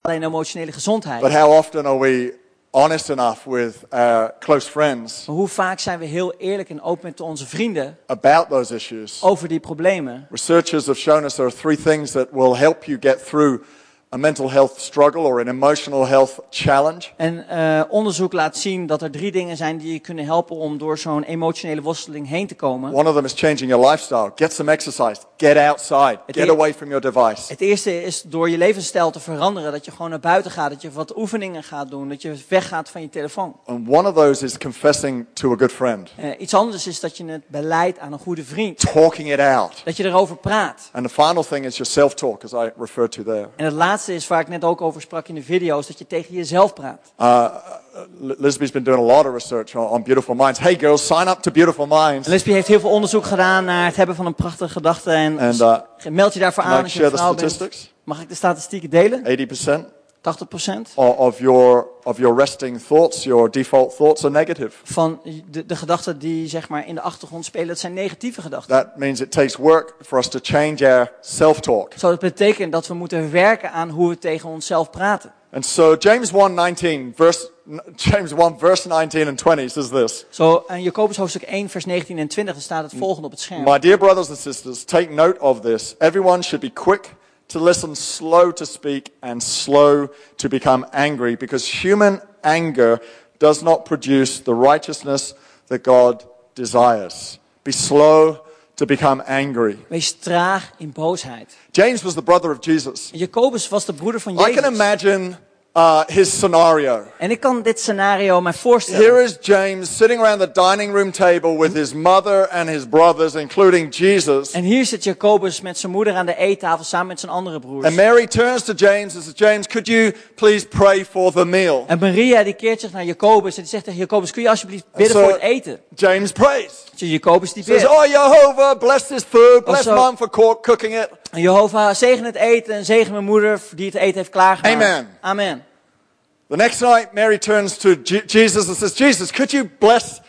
alleen emotionele gezondheid. But how often are we honest enough with our close friends Maar hoe vaak zijn we heel eerlijk en open met onze vrienden about those issues? over die problemen? Researchers have shown us there are three things that will help you get through a mental health struggle or an emotional health challenge. En eh, onderzoek laat zien dat er drie dingen zijn die je kunnen helpen om door zo'n emotionele worsteling heen te komen. One of them is changing your lifestyle. Get some exercise. Get outside. Het Get e- away from your device. Het eerste is door je levensstijl te veranderen. Dat je gewoon naar buiten gaat, dat je wat oefeningen gaat doen, dat je weggaat van je telefoon. And one of those is confessing to a good friend, Eh, iets anders is dat je het beleidt aan een goede vriend. talking it out. Dat je erover praat. And the final thing is your self talk, as I referred to there. En het laatste is waar ik net ook over sprak in de video, is dat je tegen jezelf praat. L- Lisby's been doing a lot of research on, on Beautiful Minds. Hey, girls, sign up to Beautiful Minds. Lesbie heeft heel veel onderzoek gedaan naar het hebben van een prachtige gedachte. En dus And, uh, meld je daarvoor can I aan als je share een the vrouw bent. statistics? Mag ik de statistieken delen? 80% 80% o- of your, of your resting thoughts, your default thoughts, are negative. van de, de gedachten die zeg maar, in de achtergrond spelen, dat zijn negatieve gedachten. That means it takes work for us to change our self talk. Zo, dat betekent dat we moeten werken aan hoe we tegen onszelf praten. And so, James 1 19, verse, n- James 1, verse 19 and 20 says this Zo, in Jacobus hoofdstuk 1, vers 19 en 20 daar staat het volgende op het scherm. My dear brothers and sisters, take note of this. Everyone should be quick to listen, slow to speak, and slow to become angry, because human anger does not produce the righteousness that God desires. Be slow to become angry. Wees traag in boosheid. James was the brother of Jesus. En Jacobus was de broeder van I can Jezus. imagine uh, his scenario. En ik kan dit scenario mij voorstellen. Here is James sitting around the dining room table with his mother and his brothers, including Jesus. En hier zit Jacobus met zijn moeder aan de eettafel samen met zijn andere broers. And Mary turns to James and says, James, could you please pray for the meal? En Maria die keert zich naar Jacobus en die zegt tegen Jacobus, kun je alsjeblieft bidden zo- voor het eten? James prays. Dus Jacobus die Says, bidt. Oh, Jehovah, bless this food. Bless zo- mom for co- cooking it. En Jehovah, zegen het eten en zegen mijn moeder die het eten heeft klaargemaakt. Amen. Amen. The next night, Mary turns to Je- Jesus and says, Jesus, could you bless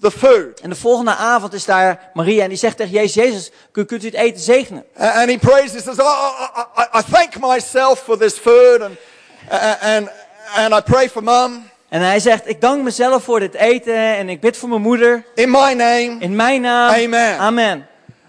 the food? En de volgende avond is daar Maria en die zegt tegen Jezus, Jezus, kun- kunt u het eten zegenen? A- And he prays. He says, oh, I, I, I thank myself for this food and, a- and, and I pray for mom En hij zegt, ik dank mezelf voor dit eten en ik bid voor mijn moeder. in my name. In mijn naam. Amen. Amen.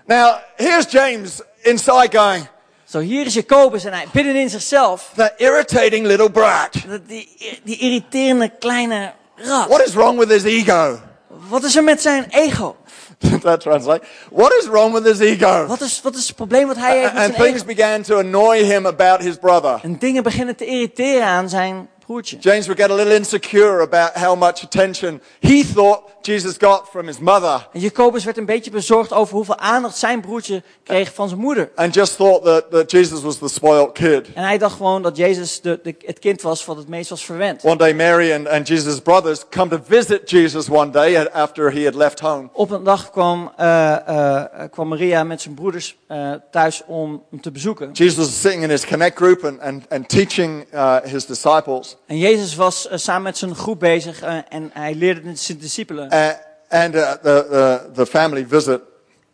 Now, here's James inside going, Zo, hier is Jacobus en hij bidden in zichzelf. that irritating little brat. Dat- Die, die irriterende kleine rat. What is wrong with his ego? Wat is er met zijn ego? Did that translate? What is wrong with his ego? Wat is, wat is het probleem wat hij heeft met And zijn ego? things began to annoy him about his brother. En dingen beginnen te irriteren aan zijn broertje. James would get a little insecure about how much attention he thought Jesus got from his mother En Jacobus werd een beetje bezorgd over hoeveel aandacht zijn broertje kreeg van zijn moeder. and just thought that, that Jesus was the spoiled kid. En hij dacht gewoon dat Jezus de, de- het kind was wat het meest was verwend. One day, Mary and, and Jesus' brothers come to visit Jesus one day a- after he had left home. Op een dag kwam, eh, eh, kwam Maria met zijn broeders eh, thuis om hem te bezoeken. Jesus was sitting in his connect group and, and, and teaching uh, his disciples. En Jezus was eh, samen met zijn groep bezig eh, en hij leerde zijn discipelen. Uh, and uh, the, the, the family visit.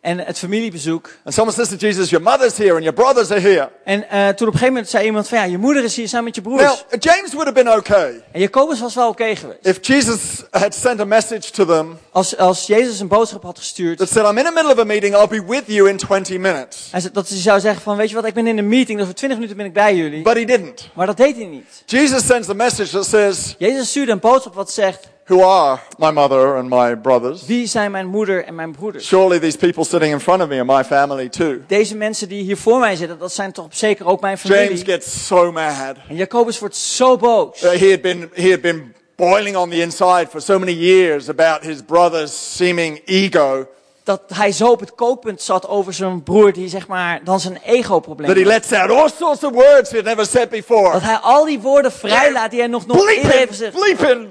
En het familiebezoek. And someone says to Jesus, Your mother's here and your brothers are here. En eh, toen op een gegeven moment zei iemand van ja, je moeder is hier samen met je Now, broers. James would have been okay En Jacobus was wel oké geweest. if Jesus had sent a message to them Als, als Jezus een boodschap had gestuurd, that said, I'm in the middle of a meeting, I'll be with you in 20 minutes. Hij zei- dat hij zou zeggen van, weet je wat, ik ben in een meeting, dus voor 20 minuten ben ik bij jullie. But he didn't. Maar dat deed hij niet. Jesus sends a message that says, Jezus stuurde een boodschap wat zegt, Who are my mother and my brothers? wie zijn mijn moeder en mijn broeder? Surely these people sitting in front of me are my family too. Deze mensen die hier voor mij zitten, dat zijn toch zeker ook mijn James familie. gets so mad. En Jacobus wordt zo boos. Uh, He had been, he had been boiling on the inside for so many years about his brother's seeming ego. dat hij zo op het kookpunt zat over zijn broer die zeg maar dan zijn ego-probleem that he had. lets out all sorts of words he'd never said before. Dat hij al die woorden vrijlaat die hij nog nooit eerder Bleeping, heeft gezegd. bleeping,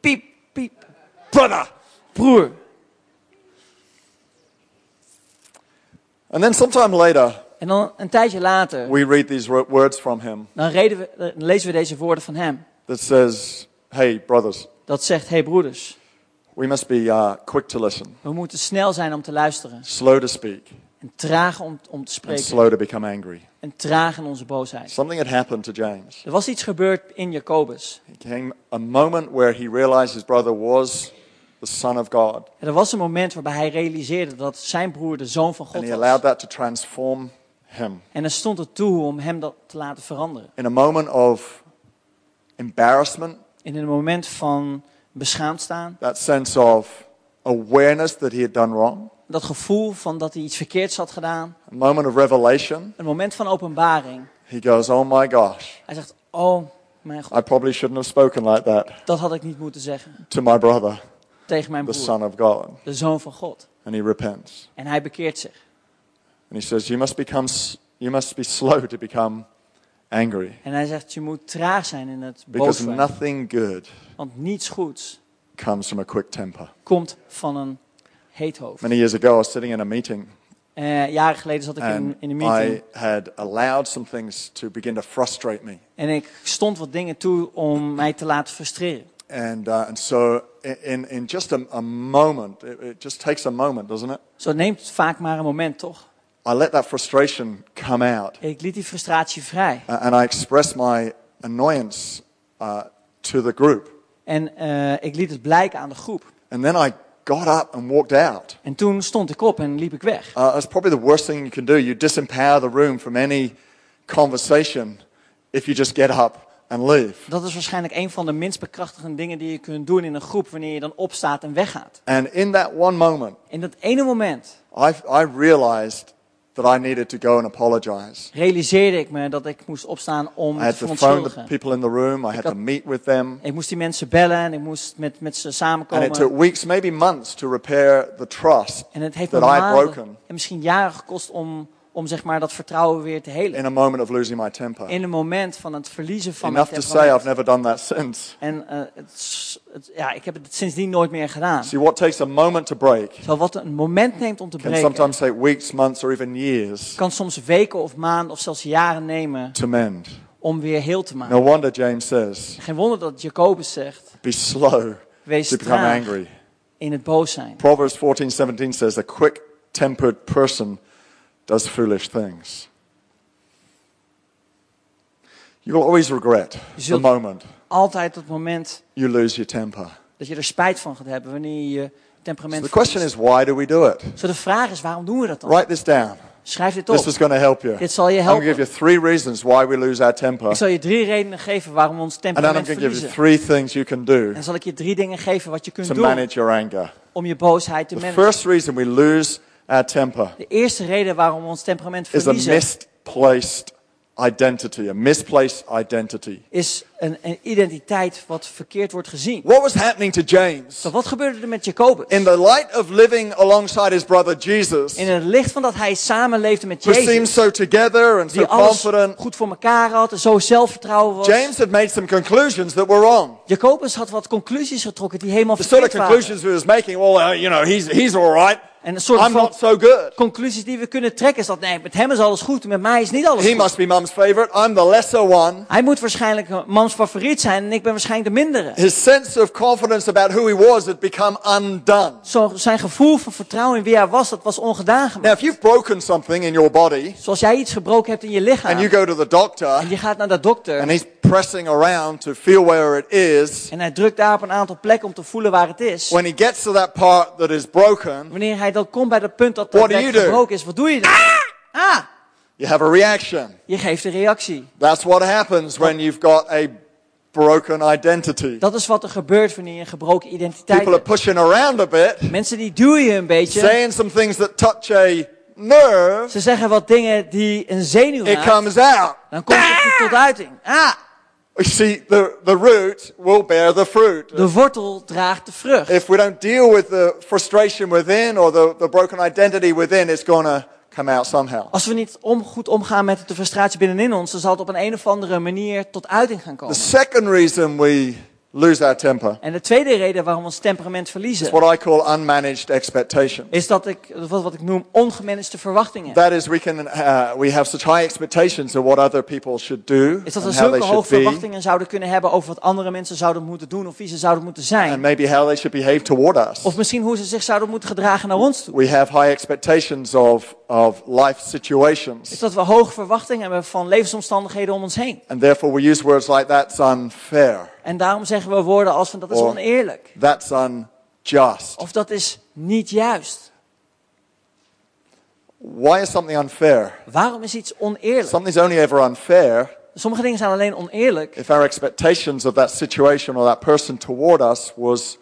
Piep, piep, brother. broer. And then sometime later, En dan een tijdje later, we read these wo- words from him dan, reden we, dan lezen we deze woorden van hem. that says, hey, brothers, Dat zegt, hey broeders, we must be uh, quick to listen, we moeten snel zijn om te luisteren. slow to speak, En traag om, om te and spreken. slow to become angry. En traag in onze boosheid. Something had happened to James. Er was iets gebeurd in Jacobus. It came a moment where he realized his brother was the Son of God, En er was een moment waarbij hij realiseerde dat zijn broer de zoon van and God he allowed was. that to transform him. En er stond het toe om hem dat te laten veranderen. In a moment of embarrassment, En in een moment van beschaamd staan, that sense of awareness that he had done wrong, dat gevoel van dat hij iets verkeerds had gedaan, a moment of revelation, een moment van openbaring. he goes, Oh my gosh, Hij zegt, oh mijn God, I probably shouldn't have spoken like that dat had ik niet moeten zeggen to my brother, tegen mijn the broer, Son of God. de zoon van God. And he repents. En hij bekeert zich. And he says, You must, become, s- you must be slow to become angry En hij zegt, je moet traag zijn in het boos because zijn, nothing good want niets goeds comes from a quick temper. komt van een heet hoofd. Many years ago, I was sitting in a meeting Eh, jaren geleden zat ik and in, in een meeting I had allowed some things to begin to frustrate me. en ik stond wat dingen toe om mij te laten frustreren. And, uh, and so, i- in, in just a, a moment, it, it just takes a moment, doesn't it? Zo neemt vaak maar een moment, toch? I let that frustration come out Ik liet die frustratie vrij. uh, and I expressed my annoyance uh, to the group. En eh, ik liet het blijken aan de groep. And then I got up and walked out. En toen stond ik op en liep ik weg. Uh, that's probably the worst thing you can do. You disempower the room from any conversation if you just get up and leave. Dat is waarschijnlijk een van de minst bekrachtigende dingen die je kunt doen in een groep wanneer je dan opstaat en weggaat. And in that one moment, In dat ene moment I, I realized that I needed to go and apologize. realiseerde ik me dat ik moest opstaan om I te had to phone the verontschuldigen. people in the room, I had to meet with them. Ik moest die mensen bellen en ik moest met, met ze And it took samenkomen. weeks, maybe months, to repair the trust En het heeft me that I had maanden broken en misschien jaren gekost om, om zeg maar, dat vertrouwen weer te helen. in a moment of losing my temper. In een moment van het verliezen van mijn Enough to say temperament. I've never done that since. En eh, het, is- het- ja, ik heb het sindsdien nooit meer gedaan. See, what takes a moment to break Zo wat een moment neemt om te can breken, sometimes take weeks, months, or even years kan soms weken of maanden of zelfs jaren nemen to mend. om weer heel te maken. No wonder James says, Geen wonder dat Jacobus zegt, Be slow Wees to become traag. angry. in het boos zijn. Proverbs 14:17 says, A quick tempered person does foolish things. You will always regret Je the zult- moment Altijd dat moment you lose your temper. dat je er spijt van gaat hebben wanneer je je So temperament the question verliest. is, why do we do it? Zo de vraag is, waarom doen we dat dan? Write this down. Schrijf dit This op. is going to help you. Dit zal je I'm going to helpen. give you three reasons why we lose our temper. Ik zal je drie redenen geven waarom we ons And then I'm temperament going to give you verliezen. three things you can do En zal ik je drie dingen geven wat je kunt to doen manage your anger. om je boosheid te The managen. first reason we lose our temper De eerste reden waarom we ons temperament is a verliezen misplaced identity, a misplaced identity. is een, een identiteit wat verkeerd wordt gezien. What was happening to James? Zo, wat gebeurde er met Jacobus? In the light of living alongside his brother Jesus, In het licht van dat hij samenleefde met who seemed Jezus, so together and so die alles confident, goed voor elkaar had en zo zelfvertrouwen was. James had made some conclusions that were wrong. Jacobus had wat conclusies getrokken die helemaal The sort of verkeerd waren. conclusions he was making, well, uh, you know, he's, he's all right. En een soort I'm van not so good. conclusies die we kunnen trekken is dat nee, met hem is alles goed, met mij is niet alles He goed. must be mum's favorite. I'm the lesser one. Hij moet waarschijnlijk eh, mans favoriet zijn en ik ben waarschijnlijk de mindere. His sense of confidence about who he was had become undone. Zo, zijn gevoel van vertrouwen in wie hij was, dat was ongedaan Now, gemaakt. if you've broken something in your body Zoals jij iets gebroken hebt in je lichaam and you go to the en doctor je gaat naar de dokter and he's pressing around to feel where it is, en hij drukt daar op een aantal plekken om te voelen waar het is. when he gets to that part that is broken, Wanneer hij dan komt bij dat punt dat What dat do plek you do? gebroken is, wat doe je dan? Ah, you have a reaction. je geeft een reactie. That's what happens when you've got a broken identity. Dat is wat er gebeurt wanneer je een gebroken identiteit People are hebt. pushing around a bit, Mensen die duwen je een beetje. saying some things that touch a nerve. Ze zeggen wat dingen die een zenuw It raken. comes out. Dan komt het tot uiting. Ah, You see, the, the root will bear the fruit. De wortel draagt de vrucht. If we don't deal with the frustration within or the, the broken identity within, it's going to come out somehow. Als we niet om, goed omgaan met de frustratie binnenin ons, dan zal het op een, een of andere manier tot uiting gaan The komen. second reason we lose our temper En de tweede reden waarom we ons temperament is what verliezen, I call unmanaged expectation. is dat ik, wat, wat ik noem, ongemanaged verwachtingen. That is, we, can, uh, we have such high expectations of what other people should do Is dat we and how zulke hoge they should be, verwachtingen zouden kunnen hebben over wat andere mensen zouden moeten doen of wie ze zouden moeten and zijn. maybe how they should behave toward us. Of misschien hoe ze zich zouden moeten gedragen naar ons toe. We have high expectations of, of life situations. Is dat we hoge verwachtingen hebben van levensomstandigheden om ons heen. And therefore, we use words like that's unfair, En daarom zeggen we woorden als van dat is Or- oneerlijk. that's unjust. Of dat is niet juist. Why is something unfair? Waarom is iets oneerlijk? Something's only ever unfair Sommige dingen zijn alleen oneerlijk if our expectations of that situation or that person toward us was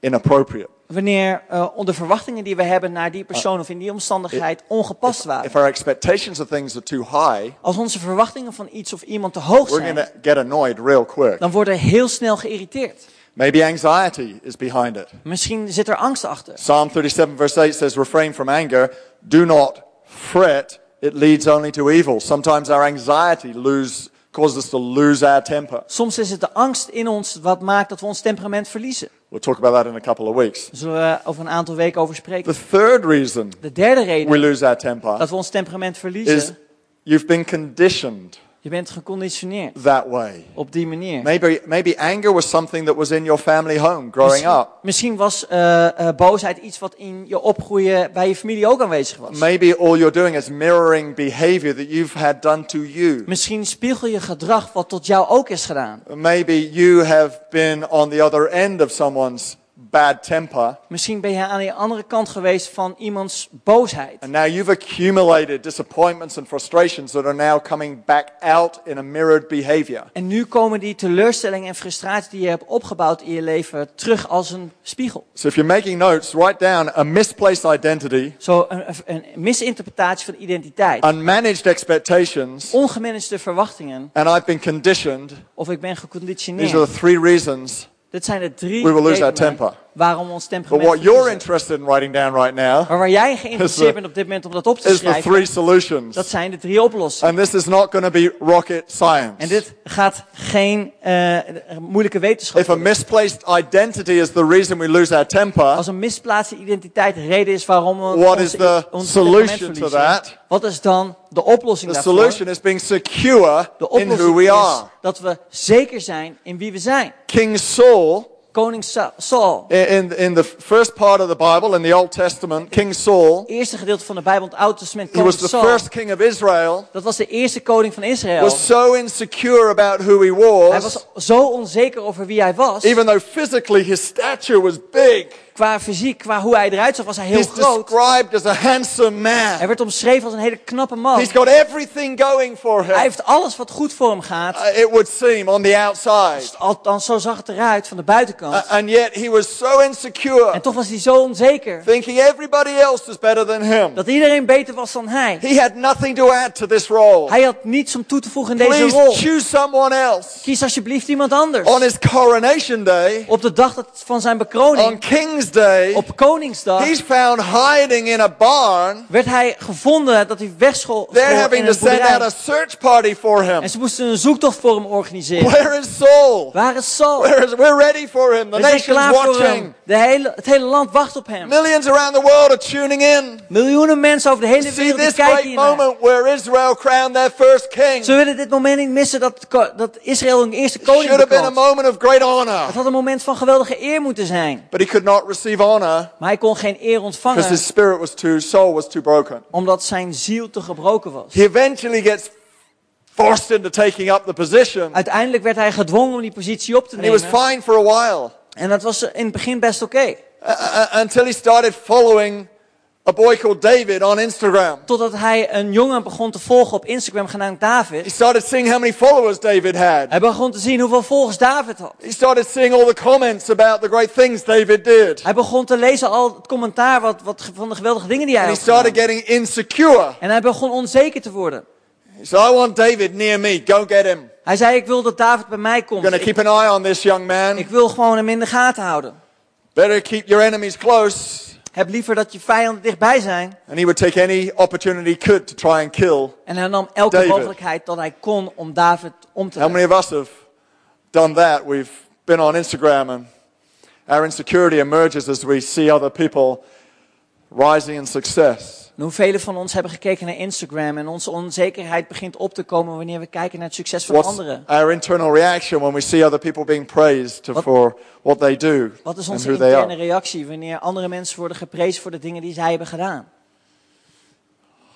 inappropriate. wanneer eh, de verwachtingen die we hebben naar Ah, die persoon of in die omstandigheid eh, ongepast waren. If our expectations of things are too high, Als onze verwachtingen van iets of iemand te hoog we're going zijn, to get annoyed real quick. dan worden we heel snel geïrriteerd. Maybe anxiety is behind it. Misschien zit er angst achter. Psalm 37 verse 8 says, refrain from anger, do not fret, it leads only to evil. Sometimes our anxiety lose, causes us to lose our temper. Soms is het de angst in ons wat maakt dat we ons temperament verliezen. We'll talk about that in a couple of weeks. Daar zullen we over een aantal weken over spreken. The third reason De derde we reden lose our temper dat we ons temperament is verliezen, you've been conditioned je bent geconditioneerd that way. op die manier. Maybe, maybe anger was something that was in your family home growing Misschien, up. misschien was eh, eh, boosheid iets wat in je opgroeien bij je familie ook aanwezig was. Maybe all you're doing is mirroring behavior that you've had done to you. Misschien spiegel je gedrag wat tot jou ook is gedaan. Maybe you have been on the other end of someone's bad temper, Misschien ben je aan de andere kant geweest van iemands boosheid. and now you've accumulated disappointments and frustrations that are now coming back out in a mirrored behavior. En nu komen die teleurstellingen en frustraties die je hebt opgebouwd in je leven terug als een spiegel. So if you're making notes, write down a misplaced identity, Zo een, een misinterpretatie van identiteit. unmanaged expectations, Ongemanagede verwachtingen. and I've been conditioned. Of ik ben These are the geconditioneerd. three reasons. Dit zijn de drie We will lose our redenen temper. waarom we ons But temperament what you're verliezen. interested in writing down right now Maar waar jij Is the- geïnteresseerd bent op dit moment om dat op te is the schrijven, three solutions. dat zijn de drie oplossingen. And this is not going to be rocket En science. dit gaat geen eh, moeilijke wetenschap If a misplaced identity is the reason we lose our temper, Als een misplaatste identiteit de reden is waarom we What is the ons solution temperament to verliezen, that? wat is dan de oplossing the daarvoor? solution is being secure de in who oplossing we is are. dat we zeker zijn in wie we zijn. King Saul, Koning Sa- Saul, i- in, in the first part of the Bible, in the Old Testament, King Saul, het eerste gedeelte van de Bijbel, het Oude Testament, he koning was the Saul, first king of Israel, dat was de eerste koning van Israël. was so insecure about who he hij was, was zo onzeker over wie hij was, even though physically his stature was big. qua fysiek, qua hoe hij eruit zag, was hij heel He's groot. described as a handsome Hij man. werd omschreven als een hele knappe man. He's got everything going for Hij him, heeft alles wat goed voor hem gaat, uh, it would seem, on the outside. althans zo zag het eruit van de buitenkant. A- And yet he was so insecure. en toch was hij zo onzeker. thinking everybody else is better than him. Dat iedereen beter was dan hij. He had nothing to add to this role. Hij had niets om toe te voegen in deze Please rol. choose someone else. Kies alsjeblieft iemand On anders. his coronation day, Op de dag dat- van zijn on bekroning, King's Day, op Koningsdag, he's found hiding in a barn. werd hij gevonden dat hij wegschool They're school having in to een send out a boerderij. search party for him. En ze moesten een zoektocht voor hem organiseren. Where is Saul? Waar is Saul? Where is, we're ready for him. The We zijn nation's klaar voor hem. watching. De hele, het hele land wacht op hem. Millions around the world are tuning in. Miljoenen mensen over de hele See wereld die this kijken great hiernaar. moment where Israel crowned their first king. Ze willen dit moment niet missen dat, ko- dat Israël een eerste koning Should have been a bekomt. moment of great honor. Het had een moment van geweldige eer moeten zijn. But he could not receive honor Maar hij kon geen eer Because ontvangen. his spirit was too, soul was too broken. omdat zijn ziel te gebroken was. He eventually gets forced into taking up the position. And Uiteindelijk werd hij gedwongen om die positie op te he was nemen. fine for a while En dat was in het begin best oké. uh, uh, until he started following a boy called David on Instagram. Totdat hij een jongen begon te volgen op Instagram genaamd He David. started seeing how many followers David had. Hij begon te zien hoeveel volgers David had. He started seeing all the comments about the great things David did. Hij begon te lezen al het commentaar wat, wat, ge- van de geweldige dingen die hij And he had gedaan. started getting insecure. En hij begon onzeker te worden. So I want David near me. Go get him. Hij Hij zei, ik wil dat David bij mij I'm komt. going to Ik, keep an eye on this young ik man. wil gewoon hem in de gaten houden. Better keep your enemies close. Heb liever dat je vijanden dichtbij zijn. And he would take any opportunity he could to try and kill. En hij nam elke David. mogelijkheid dat hij kon om David om te How leggen. many of us have done that? We've been on Instagram and our insecurity emerges as we see other people rising in success. En hoeveel van ons hebben gekeken naar Instagram en onze onzekerheid begint op te komen wanneer we kijken naar het succes van What's anderen? our internal reaction when we see other people being praised to- Wat- for what they do Wat is and onze who they interne are? reactie wanneer andere mensen worden geprezen voor de dingen die zij hebben gedaan?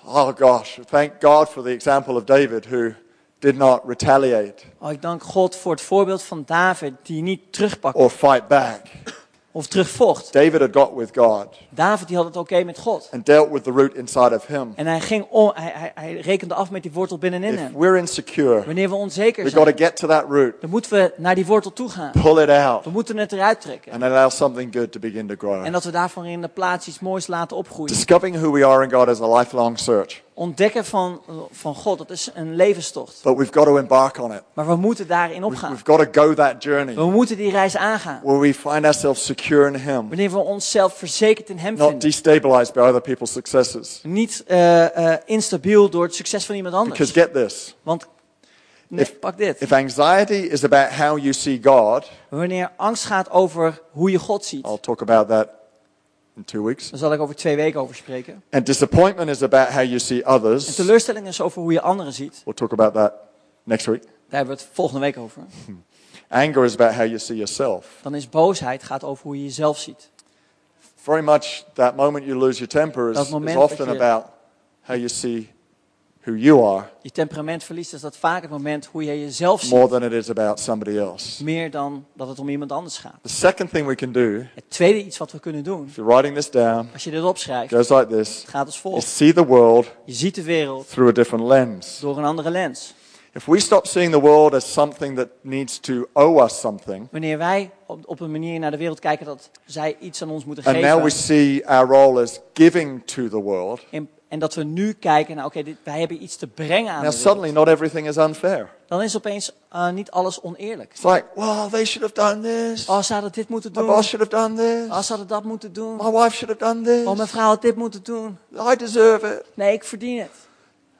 Oh gosh, thank God for the example of David who did not retaliate Oh, ik dank God voor het voorbeeld van David die niet terugpakt or fight back. of terugvocht. David had got with God David die had het oké met God. and dealt with the root inside of him. En hij, ging om, hij, hij, hij rekende af met die wortel binnenin If hem. we're insecure, Wanneer we onzeker we've got to zijn, get to that root, dan moeten we naar die wortel toe gaan. pull it out. We moeten het eruit trekken. and allow something good to begin to En grow. dat we daarvan in de plaats iets moois laten opgroeien. Discovering who we are in God is a lifelong search, Ontdekken van, van God, dat is een levenstocht. but we've got to embark on it. Maar we moeten daarin opgaan. We've got to go that journey We moeten die reis aangaan. where we find ourselves secure in Him, Wanneer we onszelf verzekerd in Hem not vinden. destabilized by other people's successes. Niet eh, eh, instabiel door het succes van iemand Because anders. get this Want, nee, If- pak dit. if anxiety is about how you see God, Wanneer angst gaat over hoe je God ziet, I'll talk about that in two weeks, daar zal ik over twee weken over spreken. and disappointment is about how you see En others, teleurstelling is over hoe je anderen ziet. we'll talk about that next week. Daar hebben we het volgende week over. Anger is about how you see yourself. Dan is boosheid gaat over hoe je jezelf ziet. Very much that moment you lose your temper is, Dat is moment dat often je- about how you see who you are Je temperament verliest is dat vaak het moment hoe je jezelf ziet. more than it is about somebody else. Meer dan dat het om iemand anders gaat. The second thing we can do, Het tweede iets wat we kunnen doen, if you're writing this down, als je dit opschrijft, goes like this, gaat als is volgt. see the world Je ziet de wereld through a different lens. door een andere lens. If we stop seeing the world as something that needs to owe us something, Wanneer wij op, op een manier naar de wereld kijken dat zij iets aan ons moeten and now we geven. see our role as giving to the world, En, en dat we nu kijken, nou oké, dit- wij hebben iets te brengen aan now de wereld. suddenly not everything is unfair. Dan is opeens eh, niet alles oneerlijk. It's like, well, they should have done this. Oh, ze hadden dit moeten My doen. boss should have done Oh, this. ze hadden dat moeten doen. My wife should have done this. Oh, mijn vrouw had dit moeten doen. I deserve it. Nee, ik verdien het.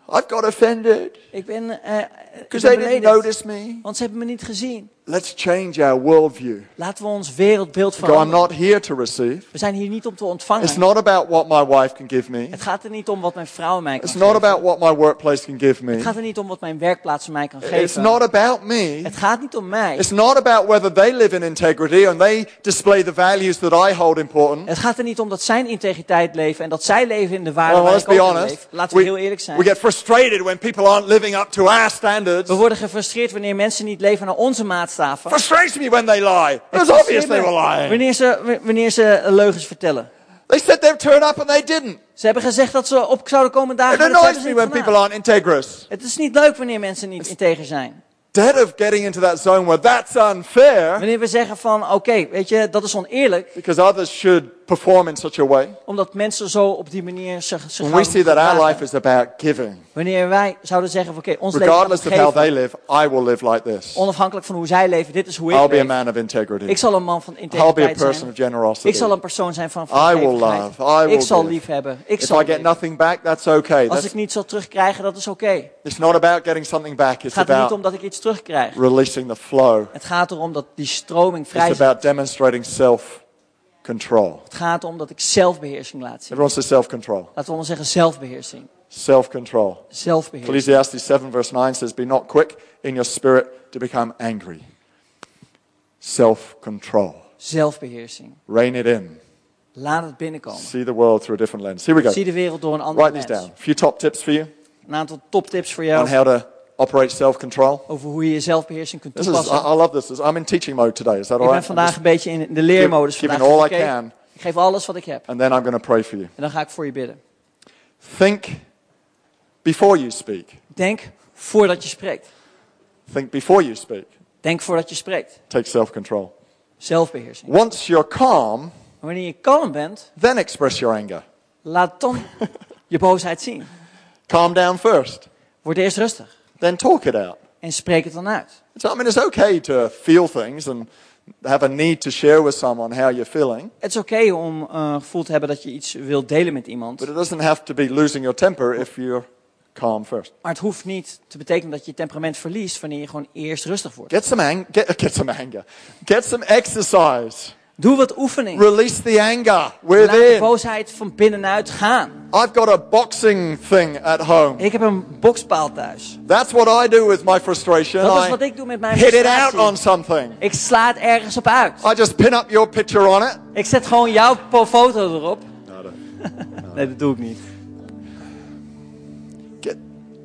I've got offended Ik ben, eh, eh, ik ben because they didn't beledigd. notice me. Want ze hebben me niet gezien. Let's change our worldview. Laten we ons wereldbeeld Go, I'm veranderen. not here to receive. We zijn hier niet om te It's ontvangen. not about what my wife can give me. Het gaat er niet om wat mijn vrouw mij kan It's not geven. about what my workplace can give me. Het gaat er niet om wat mijn werkplaats mij kan It's geven. not about me. Het gaat niet om mij. It's not about whether they live in integrity and they display the values that I hold important. Het gaat er niet om dat zij in integriteit leven en dat zij leven in de waarde Well, waar Oh, let's ik ook be in honest. leef. Laten we We, heel eerlijk zijn. we get frustrated when people aren't living up to our standards. We worden gefrustreerd wanneer mensen niet leven naar onze maatstaven. Frustrates me when they lie. It was Het obvious they frustreert were me lying. Wanneer ze, wanneer ze leugens vertellen. They said they'd turn up and they didn't. Ze hebben gezegd dat ze op zouden komen dagen, It maar dat hebben annoys ze me niet when gedaan. people aren't integrous. Het is niet leuk wanneer mensen niet integer zijn. instead of getting into that zone where that's unfair Wanneer we zeggen van, oké, weet je, dat is oneerlijk, because others should perform in such a way omdat mensen zo op die manier zich, zich when we houden see that our gedragen. life is about giving Wanneer wij zouden zeggen van, oké, ons leven regardless is of how they live i will live like this onafhankelijk van hoe zij leven, dit is hoe ik i'll be a leef. man of integrity Ik zal een man van i'll be a integriteit person of zijn. Ik generosity zal een persoon zijn van I will vergevendheid. love, I will Ik zal give. liefhebben. Ik if zal i get geven. nothing back that's okay Als That's- ik niet zal terugkrijgen, dat is oké. it's not about getting something back Het it's gaat er niet om about dat ik iets terugkrijg. releasing the flow Het gaat erom dat die stroming vrij it's is. about demonstrating self-control Het gaat erom dat ik zelfbeheersing laat zien. everyone says self-control Laten we allemaal zeggen zelfbeheersing. self-control Zelfbeheersing. Ecclesiastes 7, verse 9 says, Be not quick in your spirit to become angry. Self control. Zelfbeheersing. Rein it in. Laat het binnenkomen. See the world through a different lens. Here we go. Zie de wereld door een andere Write these lens. down. A few top tips for you Een aantal toptips voor on jou how to operate self control. over hoe je je zelfbeheersing kunt This is, I, toepassen. I love this. I'm in teaching mode today. Is that Ik all ben right? I'm vandaag just- een beetje in de leermodus. giving Vandaag. all I Oké, can. Ik geef alles wat ik heb. and then I'm going to pray for you. En dan ga ik voor je bidden. Think before you speak. Denk voordat je spreekt. Think before you speak. Denk voordat je spreekt. Take self control. Zelfbeheersing. Once you're calm, Maar wanneer je kalm bent, then express your anger. laat dan je boosheid zien. Calm down first, Word eerst rustig. then talk it out. En en spreek het dan uit. So, I mean, it's okay to feel things and have a need to share with someone how you're feeling, Het is oké om eh, een gevoel te hebben dat je iets wilt delen met iemand. but it doesn't have to be losing your temper if you're calm first. Maar het hoeft niet te betekenen dat je temperament verliest wanneer je gewoon eerst rustig wordt. Get some, ang- get, get some anger. Get some exercise. Doe wat oefening. Release the anger Laat de within. boosheid van binnenuit gaan. I've got a boxing thing at home. Ik heb een bokspaal thuis. That's what I do with my frustration. Dat is I wat ik doe met mijn hit it out on frustratie. something. Ik sla het ergens op uit. I just pin up your picture on it. Ik zet gewoon jouw po- foto erop. Nee, dat doe ik niet. Get,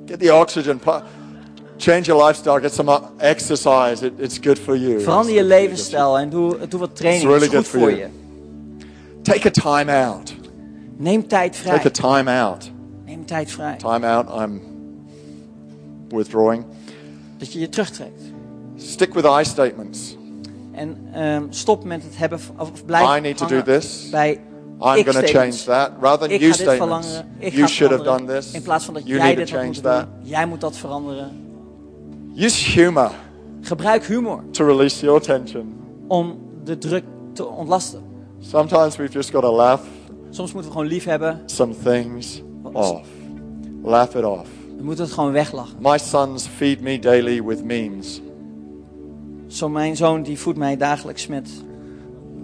get the oxygen. pu- Change your lifestyle. Get some uh, exercise. It, it's good for you. Verander je levensstijl en doe, doe wat training. It's Dat is really goed voor good for je. Take a time out. Neem tijd Take vrij. a time out. Neem tijd vrij. Time out. I'm withdrawing. Dat je je terugtrekt. Stick with I statements. En ehm, stop met het hebben van, of blijf I need to do hangen this. bij I'm ik going to change statements. that. Rather than Ik you ga dit statements, veranderen. Ik you ga should have done veranderen. this. In plaats van dat you jij need to dit had change moeten that. doen, jij moet dat veranderen. Use humor Gebruik humor to release your tension. om de druk te ontlasten. Sometimes we've just got to laugh Soms moeten we gewoon lief hebben. some things off. Laugh it off. We moeten het gewoon weglachen. My sons feed me daily with memes. Zo mijn zoon die voedt mij dagelijks met...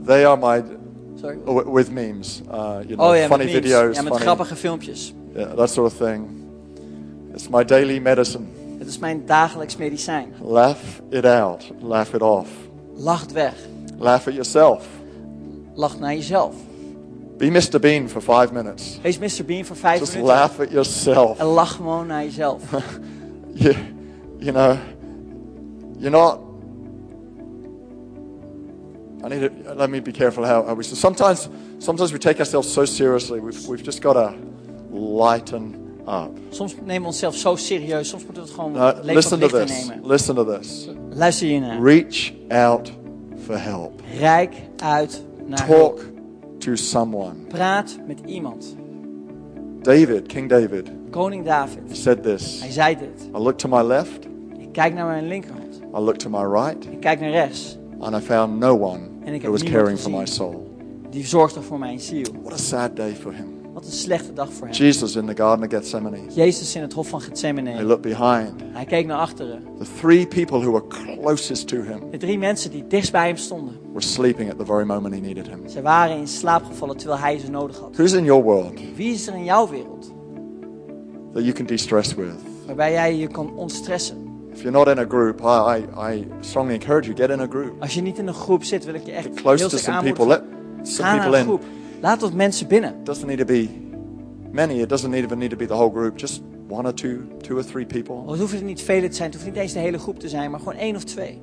They are my Sorry. w- with memes. Uh, you know, Oh ja, Oh, funny met memes. videos, ja, met funny, grappige filmpjes. yeah, that sort of thing. It's my daily medicine. Het is mijn dagelijks medicijn. Laugh it out. Laugh it off. Lacht weg. Laugh at yourself. Lacht naar jezelf. Be Mr. Bean for five minutes. Wees Mr. Bean voor vijf Just minuten. laugh at yourself. En lach gewoon naar jezelf. you, you know, you're not. I need to let me be careful how, how we. So sometimes, sometimes we take ourselves so seriously. We've we've just got to lighten up. soms nemen we onszelf zo serieus. Soms moeten we het gewoon Now, lekker listen to lichter this. nemen. Listen to this. Luister hiernaar. Reach out for help. Rijk uit naar hulp. Talk to someone. Praat met iemand. David, King David, Koning David. said this. Hij zei dit. I looked to my left. Ik kijk naar mijn linkerhand. I looked to my right, Ik kijk naar rechts. and I found no one En ik who heb was niemand caring for my gezien. soul. Die zorgde voor mijn ziel. What a sad day for him. Wat een slechte dag voor hem. Jesus in the Garden of Gethsemane. Jezus in het hof van He Gethsemane. looked behind. Hij keek naar achteren. The three people who were closest to him De drie mensen die dichtst bij hem stonden. were sleeping at the very moment he needed him. Ze waren in slaap gevallen terwijl hij ze nodig had. Who's in your world Wie is er in jouw wereld that you can de stress with? waarbij jij je kan ontstressen? If you're not in a group, I, I, I strongly encourage you get in a group. Als je niet in een groep zit, wil ik je echt Get heel close to sterk some people. Let aanmoedigen. Ga some naar people een groep. in. Laat wat mensen binnen. Doesn't need to be many. It doesn't even need to be the whole group. Just one or two, two or three people. Het hoeven er niet velen te zijn, het hoeft niet eens de hele groep te zijn, maar gewoon één of twee.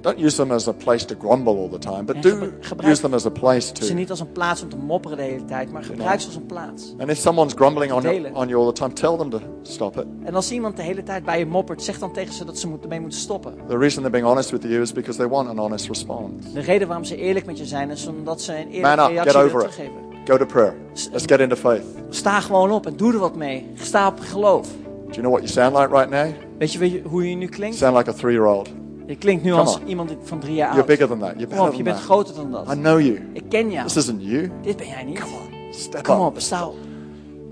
Don't use them as a place to grumble all the time, but En do gebru- gebruik use them as a place Ze to. niet als een plaats om te mopperen de hele tijd, maar gebruik ze als een plaats. And if someone's grumbling on you, Delen. on you all the time, tell them to stop it. En als iemand de hele tijd bij je moppert, zeg dan tegen ze dat ze moet- ermee moeten stoppen. The reason they're being honest with you is because they want an honest response. De reden waarom ze eerlijk met je zijn, is omdat ze een Man eerlijke up, get reactie willen over it. teruggeven. Go to prayer. Let's get into faith. Sta gewoon op en doe er wat mee. Sta op geloof. Do you know what you sound like right now? Weet je wie- hoe je nu klinkt? You sound like a three year old. Je klinkt nu Come als on. iemand die- van drie jaar You're oud. bigger than that. You're Kom better op, je than bent that. groter dan I dat. know you. Ik ken jou. This isn't you. Dit ben jij niet. Step Kom op, up. sta op.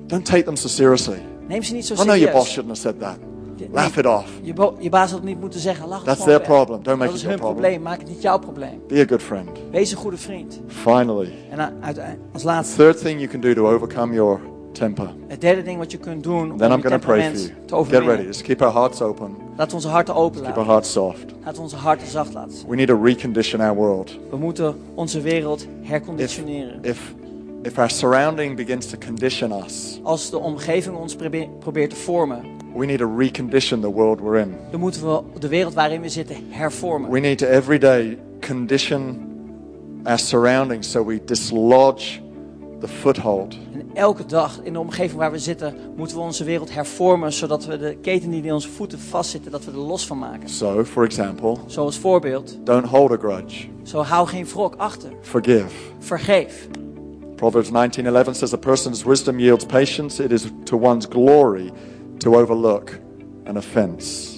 Don't take them so seriously. Neem ze niet zo I know your boss serieus. shouldn't have said that. Nee. Laugh it off. Je, bo- je baas had het niet moeten zeggen. Lach het That's gewoon their weg. problem. Don't Dat make it is your hun problem. probleem. Maak het niet jouw probleem. Be a good friend. Wees een goede vriend. Finally, En a- uite- als laatste, third thing you can do to overcome your temper. het derde ding wat je kunt doen om Then I'm je going to pray for temperament te you. Get ready. overwinnen. Just keep our hearts open, Laten we onze harten open keep our laten. hearts soft. Laten we onze harten zacht laten. We need to recondition our world. We moeten onze wereld if, herconditioneren. if, if our surrounding begins to condition us, Als de omgeving ons probe- probeert te vormen, we need to recondition the world we're in. dan moeten we de wereld waarin we zitten hervormen. We need to every day condition our surroundings so we dislodge the foothold En elke dag in de omgeving waar we zitten, moeten we onze wereld hervormen, zodat we de keten die in onze voeten vastzitten, dat we er los van maken. So, for example, Zoals voorbeeld, don't hold a grudge. zo hou geen wrok achter. Forgive. Vergeef. Proverbs 19:11 says a person's wisdom yields patience. It is to one's glory to overlook an offense.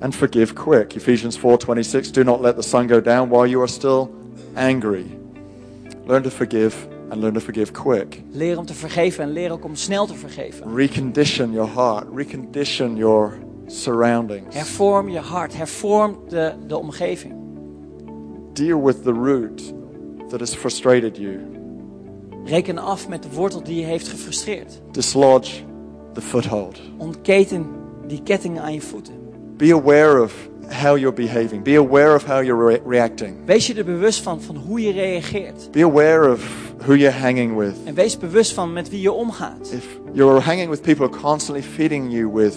and forgive quick. Ephesians 4:26 Do not let the sun go down while you are still angry. Learn to forgive and learn to forgive quick. Leer om te vergeven en leer ook om snel te vergeven. Recondition your heart, recondition your surroundings. Hervorm je hart, hervorm de, de omgeving. Deal with the root that has frustrated you. Reken af met de wortel die je heeft gefrustreerd. Dislodge the foothold. Ontketen die kettingen aan je voeten. Be aware of how you're behaving. Be aware of how you're re- reacting. Wees je er bewust van, van hoe je reageert. Be aware of who you're hanging with. En wees bewust van met wie je omgaat. If you're hanging with people who are constantly feeding you with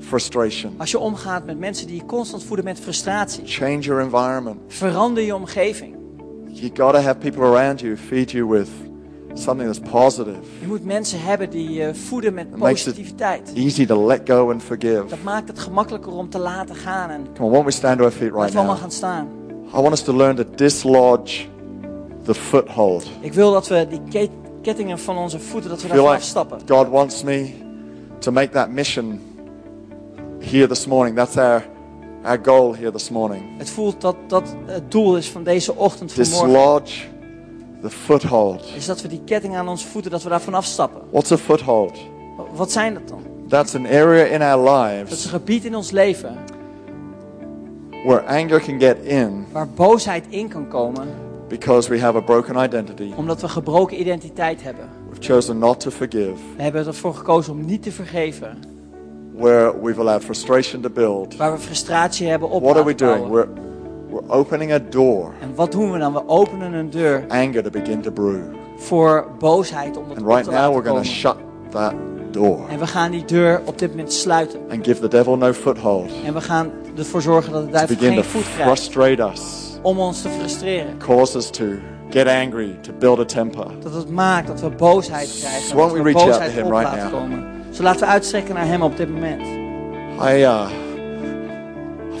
frustration, Als je omgaat met mensen die je constant voeden met frustratie. change your environment. Verander je omgeving. You got to have people around you who feed you with something that's positive, Je moet mensen hebben die je voeden met It makes it- positiviteit. easy to let go and forgive. Dat maakt het gemakkelijker om te laten gaan en Come on, won't we stand to our feet right laten we allemaal now? gaan staan. I want us to learn to dislodge the foothold. Ik wil dat we die ke- kettingen van onze voeten, dat we I feel daarvan like afstappen. God wants me to make that mission here this morning. That's our, our goal here this morning. Het voelt dat dat het doel is van deze ochtend vanmorgen. Dislodge the foothold. Is dat we die ketting aan onze voeten, dat we daarvan afstappen. What's a foothold? Wat zijn dat dan? That's an area in our Dat is een lives gebied in ons leven where anger can get in waar boosheid in kan komen, because we have a broken identity. omdat we gebroken identiteit hebben. We've chosen not to forgive, We hebben ervoor gekozen om niet te vergeven, where we've allowed frustration to build. waar we frustratie hebben op What are we laten doing? bouwen. We're, we're opening a door, En wat doen we dan? We openen een deur anger to begin to brew. voor boosheid om dat And op right te now, laten we're going komen. to shut that door. En we gaan die deur op dit moment sluiten. and give the devil no foothold. En we gaan ervoor zorgen dat de duivel Begin to geen voet krijgt frustrate us, om ons te frustreren. cause us to get angry, to build a temper. Dat het maakt dat we boosheid So krijgen. Dat why don't we we reach out boosheid to him op right laten now? komen. Dus laten we uitstrekken naar hem op dit moment. I uh,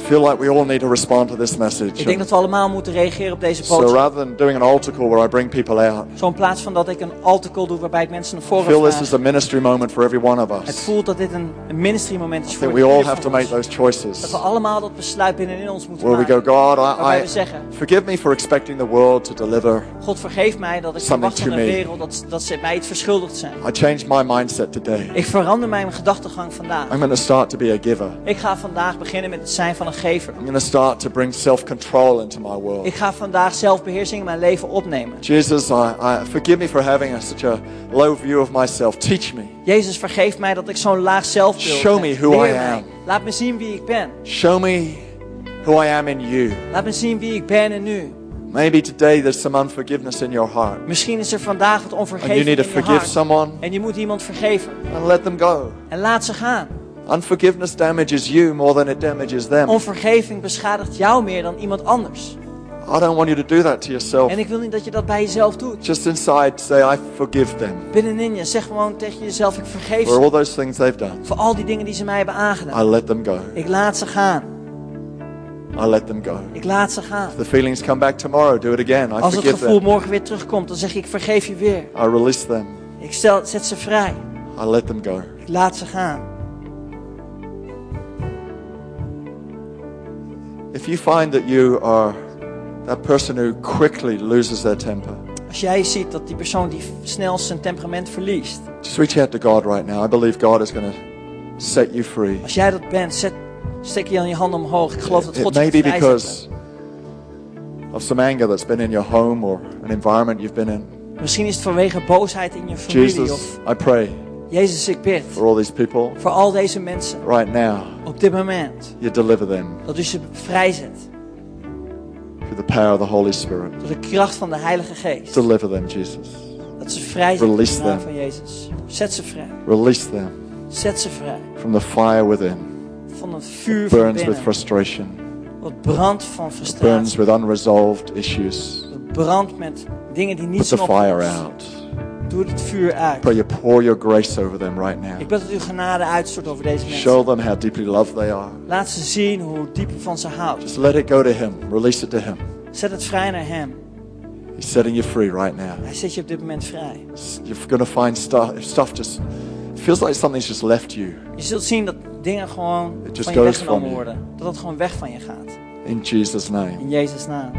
feel like we all need to respond to this message. Ik denk dat we allemaal moeten reageren op deze So boodschap. rather than doing an altar call where I bring people out, Zo in plaats van dat ik een altar call doe waarbij ik mensen naar I feel voren this is vraag. a ministry moment for every one of Het us. I voelt dat dit een, een ministry moment is voor think we all ieder have to van make ons. those Dat choices we allemaal dat besluit binnenin ons moeten where we go, maken. God, Waarbij I, we zeggen, I forgive me for expecting the world to deliver. God vergeef mij dat ik Something verwacht van de to me. wereld dat, dat ze mij iets verschuldigd zijn. I changed my mindset today. Ik verander mijn gedachtegang vandaag. I'm going to start to be a giver. Ik ga vandaag beginnen met het zijn van een gever. I'm going to start to bring self-control into my world. Ik ga vandaag zelfbeheersing in mijn leven opnemen. Jesus, I, I, forgive me for having a, such a low view of myself. Teach me. Jezus, vergeef mij dat ik zo'n laag zelfbeeld Show heb. me who Leer I mij. am. Laat me zien wie ik ben. Show me who I am in you. Laat me zien wie ik ben en nu. Maybe today there's some unforgiveness in your heart, Misschien is er vandaag wat and you onvergeving need to in je forgive hart. someone En je moet iemand vergeven. and let them go. En laat ze gaan. Unforgiveness damages you more than it damages them. Onvergeving beschadigt jou meer dan iemand anders. I don't want you to do that to yourself. En ik wil niet dat je dat bij jezelf doet. Just inside, say, I forgive them Binnenin je, zeg gewoon tegen jezelf, ik vergeef for ze. all those things they've done. Voor al die dingen die ze mij hebben I aangedaan. let them go. Ik laat ze gaan. I let them go. Ik laat ze gaan. The feelings come back tomorrow. Do it again. I Als het forgive gevoel them. morgen weer terugkomt, dan zeg ik, ik vergeef je weer. I release them. Ik stel, zet ze vrij. I let them go. Ik laat ze gaan. If you find that you are that person who quickly loses their temper, Als jij ziet dat die persoon die snel zijn temperament verliest, just reach out to God right now. I believe God is going to set you free. als jij dat bent, zet, steek je dan je handen omhoog. Ik geloof dat It God may je be gaat vrijzetten. because of some anger that's been in your home or an environment you've been in. Misschien is het vanwege boosheid in je familie. Jesus, Of I pray Jezus, ik bid for all these people voor al deze mensen right now, op dit moment. you deliver them Dat u ze vrijzet through the power of the Holy Spirit. door de kracht van de Heilige Geest. Deliver them, Jesus. Dat ze vrijzet in Release de naam them. van Jezus. Zet ze vrij. Release them Zet ze vrij from the fire within. van het vuur It van burns with binnen. frustration, Wat brandt van it burns frustratie. with unresolved issues. Het brandt met dingen die niet Put the zijn fire opgelost. out. Doe het vuur uit. Pray you pour your grace over them right now. Ik bid dat u genade uitstort over deze Show mensen. them how deeply loved they are. Laat ze zien hoe diep u van ze houdt. Just let it go to Him. Release it to Him. Zet het vrij naar hem. He's setting you free right now. Hij zet je op dit moment vrij. You're going to find stuff. Stuff just it feels like something's just left you. Je zult zien dat dingen gewoon It just van je goes weggenomen from you. worden. Dat het gewoon weg van je gaat. In Jesus' name. In Jezus' naam.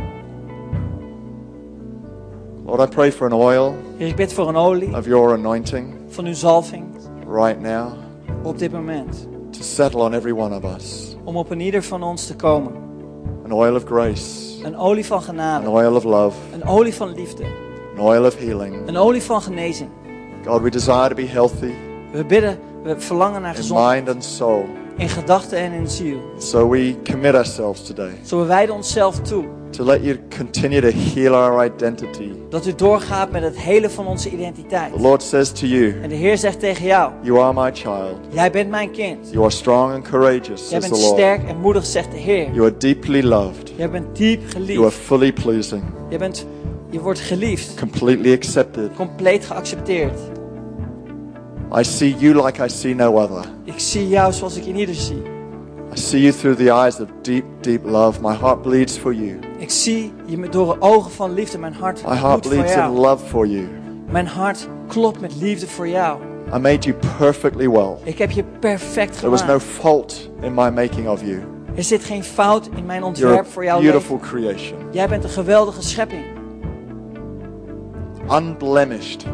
Lord, I pray for an oil Heer, ik bid voor een olie of your anointing van uw zalving right now op dit moment. to settle on every one of us. Om op een ieder van ons te komen. An oil of grace, Een olie van an genade. oil of love, Een olie van liefde. an oil of healing. Een olie van genezing. God, we desire to be healthy We bidden, we verlangen naar in mind gezondheid. and soul. In gedachten en in ziel. So we commit ourselves today Zo we wijden onszelf toe. to let you continue to heal our identity. Dat u doorgaat met het hele van onze The identiteit. Lord says to you, En de Heer zegt tegen jou. You are my child. Jij bent mijn kind. You are strong and courageous, Jij says the bent Lord. sterk en moedig, zegt de Heer. You are deeply loved. Jij bent diep You are geliefd. fully pleasing, Je, bent, je wordt geliefd. completely accepted. Compleet geaccepteerd. I see you like I see no other. Ik zie jou zoals ik in ieder zie. I see you through the eyes of deep, deep love. My heart bleeds for you. Ik zie je met door de ogen van liefde. Mijn hart My heart bloedt voor bleeds in jou. love for you. Mijn hart klopt met liefde voor jou. I made you perfectly well. Ik heb je perfect There was no gemaakt. fault in my making of you. Er zit geen fout in mijn You're ontwerp voor a jouw beautiful leven. creation, Jij bent een geweldige schepping. unblemished.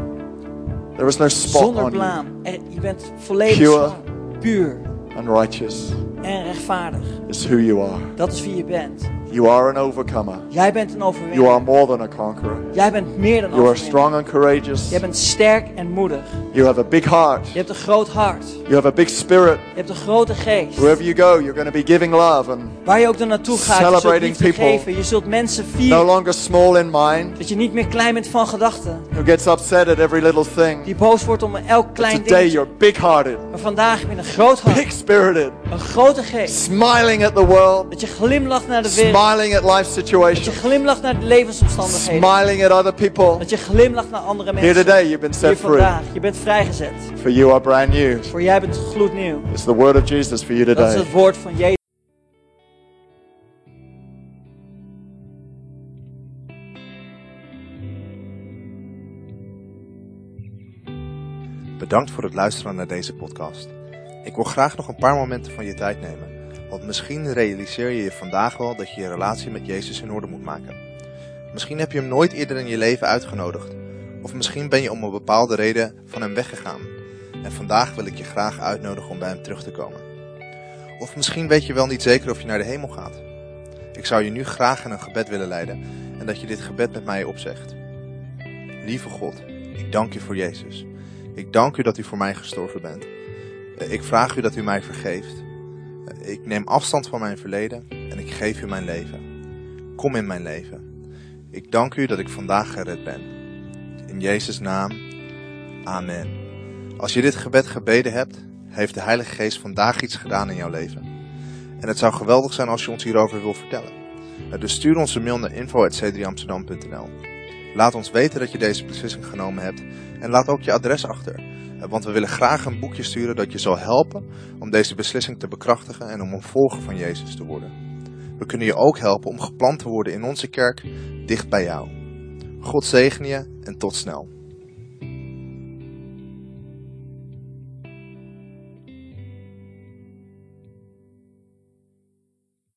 There was no spot Zonder on you, blaam. En je bent volledig Pure. schoon, puur and righteous en rechtvaardig. is who you are. Dat is wie je bent. You are an overcomer. Jij bent een You are overwinnaar. more than a conqueror. Jij bent meer dan You are overwinnaar. strong and courageous. Jij bent sterk en moedig. You have a big heart. Je hebt een groot hart. You have a big spirit. Je hebt een grote geest. Wherever you go, you're going to be giving love and Waar je ook dan naartoe gaat, je zult Celebrating liefde people. geven. Je zult mensen no vieren. longer small in mind. Dat je niet meer klein bent van gedachten. who gets upset at every little thing. Die boos wordt om elk But klein today ding. you're big hearted, Maar vandaag ben je een groot big hart. spirited, Een grote geest. smiling at the world, Dat je glimlacht naar de wereld. smiling at life Dat je situations, glimlacht naar de levensomstandigheden. smiling at other people. Dat je glimlacht naar andere Here mensen. today, you've been Hier set free, vandaag. Je bent vrijgezet. for you are brand new. Voor jij bent gloednieuw. It's the word of Jesus for you Dat is today. het woord van Jezus. Bedankt voor het luisteren naar deze podcast. Ik wil graag nog een paar momenten van je tijd nemen, want misschien realiseer je je vandaag wel dat je je relatie met Jezus in orde moet maken. Misschien heb je hem nooit eerder in je leven uitgenodigd, of misschien ben je om een bepaalde reden van hem weggegaan. En vandaag wil ik je graag uitnodigen om bij hem terug te komen. Of misschien weet je wel niet zeker of je naar de hemel gaat. Ik zou je nu graag in een gebed willen leiden en dat je dit gebed met mij opzegt. Lieve God, ik dank u voor Jezus. Ik dank u dat u voor mij gestorven bent. Eh, Ik vraag u dat u mij vergeeft. Eh, Ik neem afstand van mijn verleden en ik geef u mijn leven. Kom in mijn leven. Ik dank u dat ik vandaag gered ben. In Jezus' naam. Amen. Als je dit gebed gebeden hebt, heeft de Heilige Geest vandaag iets gedaan in jouw leven. En het zou geweldig zijn als je ons hierover wil vertellen. Eh, Dus stuur ons een mail naar info.c3amsterdam.nl Laat ons weten dat je deze beslissing genomen hebt en laat ook je adres achter. Eh, Want we willen graag een boekje sturen dat je zal helpen om deze beslissing te bekrachtigen en om een volger van Jezus te worden. We kunnen je ook helpen om geplant te worden in onze kerk dicht bij jou. God zegen je en tot snel.